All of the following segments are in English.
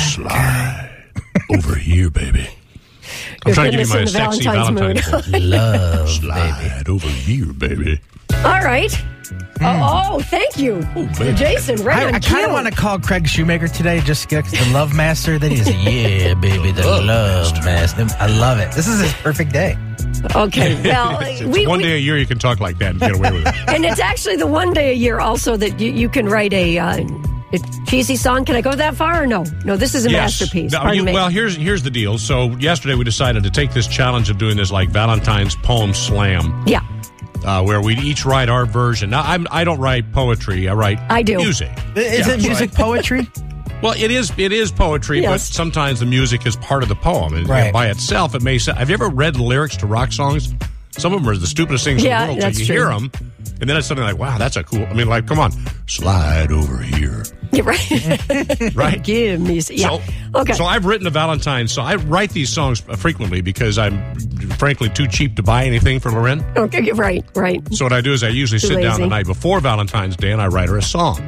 Slide over here, baby. I'm Your trying to give goodness you my in the sexy Valentine's Valentine's mood. voice. Love, Slide over here, baby. All right. Hmm. Oh, oh, thank you, baby. Jason. Right I, on I kind of want to call Craig Shoemaker today just because the love master that he's. Yeah, baby, the love, master. I love it. This is his perfect day. to. Okay. Well, It's we, one we- day a year you can talk like that and get away with it. and it's actually the one day a year also that you, you can write a, uh, a cheesy song. Can I go that far or no? No, this is a masterpiece. No, Pardon you- me. well, here's here's the deal. So yesterday we decided to take this challenge of doing this like Valentine's poem slam, yeah. uh, where we each write our version. Now I'm I don't write poetry. I write I do. music. Is Yeah, it music poetry? Well, it is it is poetry, but Yes. sometimes the music is part of the poem. And Right. by itself, it may. sa- Have you ever read lyrics to rock songs? Some of them are the stupidest things Yeah, in the world. that's so you true. hear them, and then it's something like, "Wow, that's a cool." I mean, like, come on, slide over here, You're right. right? Give me. s- Yeah. So, okay. So I've written a Valentine's. So I write these songs frequently because I'm frankly too cheap to buy anything for Loren. okay. you're Right. Right. So what I do is I usually sit down the lazy. night before Valentine's Day and I write her a song.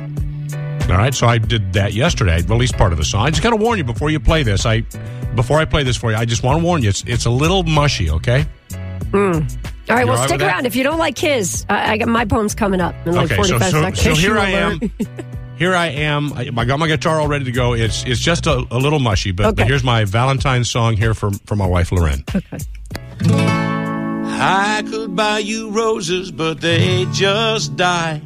All right. So I did that yesterday. I released part of a song. I just got to warn you before you play this. I before I play this for you, I just want to warn you. It's it's a little mushy. Okay. All right, You well, all right stick with that? around. If you don't like his, I, I got my poem's coming up in like okay. So 45 so, seconds. so here I am. Here I am. I I got my guitar all ready to go. It's it's just a, a little mushy, but, but Okay. here's my Valentine's song here for for my wife Loren. I could buy you roses, but they just die.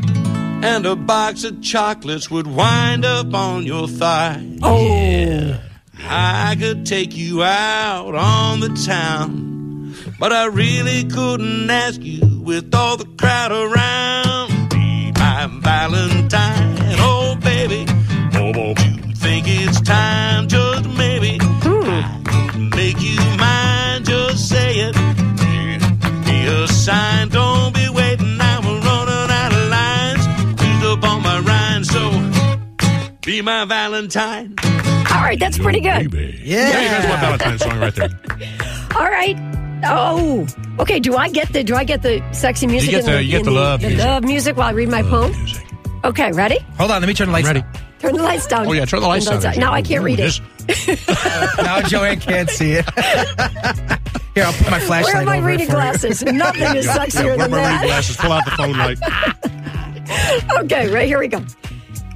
And a box of chocolates would wind up on your thigh. Oh. I could take you out on the town, but I really couldn't ask you with all the crowd around. Be my Valentine, oh baby. You think it's time, just maybe. I could make you mine, just say it. Be a sign, don't be waiting. Now we're running out of lines. Used up all my rhymes, so be my Valentine. All right, that's pretty good. Baby. Yeah. Yeah, you guys want Valentine's song right there. All right. Oh, okay. Do I get the do I get the sexy music? get and the- you get and the love the music. love music while I read my poem. Music. Okay, ready? Hold on, let me turn the lights Ready. down. Turn the lights down. Oh yeah, turn the lights down. Now I can't Ooh, read it. this- Now Joanne can't see it. Here, I'll put my flashlight Where are my over it reading for you. glasses? Nothing is Yeah, sexier where than my reading that. glasses? Pull out the phone light. Okay, right here we go.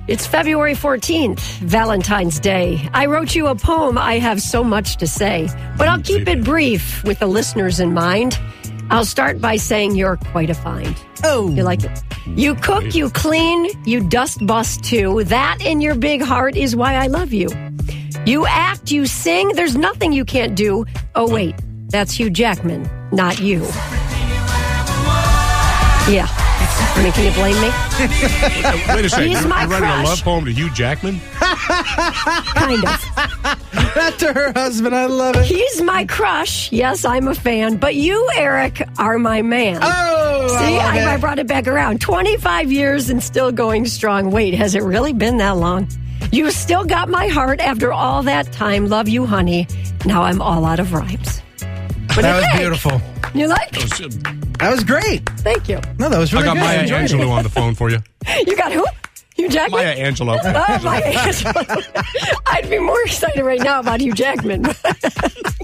It's February 14th, Valentine's Day. I wrote you a poem. I have so much to say, but I'll keep it brief with the listeners in mind. I'll start by saying you're quite a find. Oh. You like it? You cook, you clean, you dust bust too. That in your big heart is why I love you. You act, you sing, there's nothing you can't do. Oh, wait, that's Hugh Jackman, not you. Yeah. I mean, can you blame me? Wait a second. He's You're, my you're writing a crush. love poem to Hugh Jackman? Kind of. That to her husband. I love it. He's my crush. Yes, I'm a fan. But you, Eric, are my man. Oh, I See, love I, I it. brought it back around. 25 years and still going strong. Wait, has it really been that long? You still got my heart after all that time. Love you, honey. Now I'm all out of rhymes. What do you That was think? beautiful. You like? That was great. Thank you. No, that was I really got good. Maya enjoyed it. Angelou on the phone for you. You got who? Hugh Jackman? Maya Angelou. Oh, Maya Angelou. I'd be more excited right now about Hugh Jackman.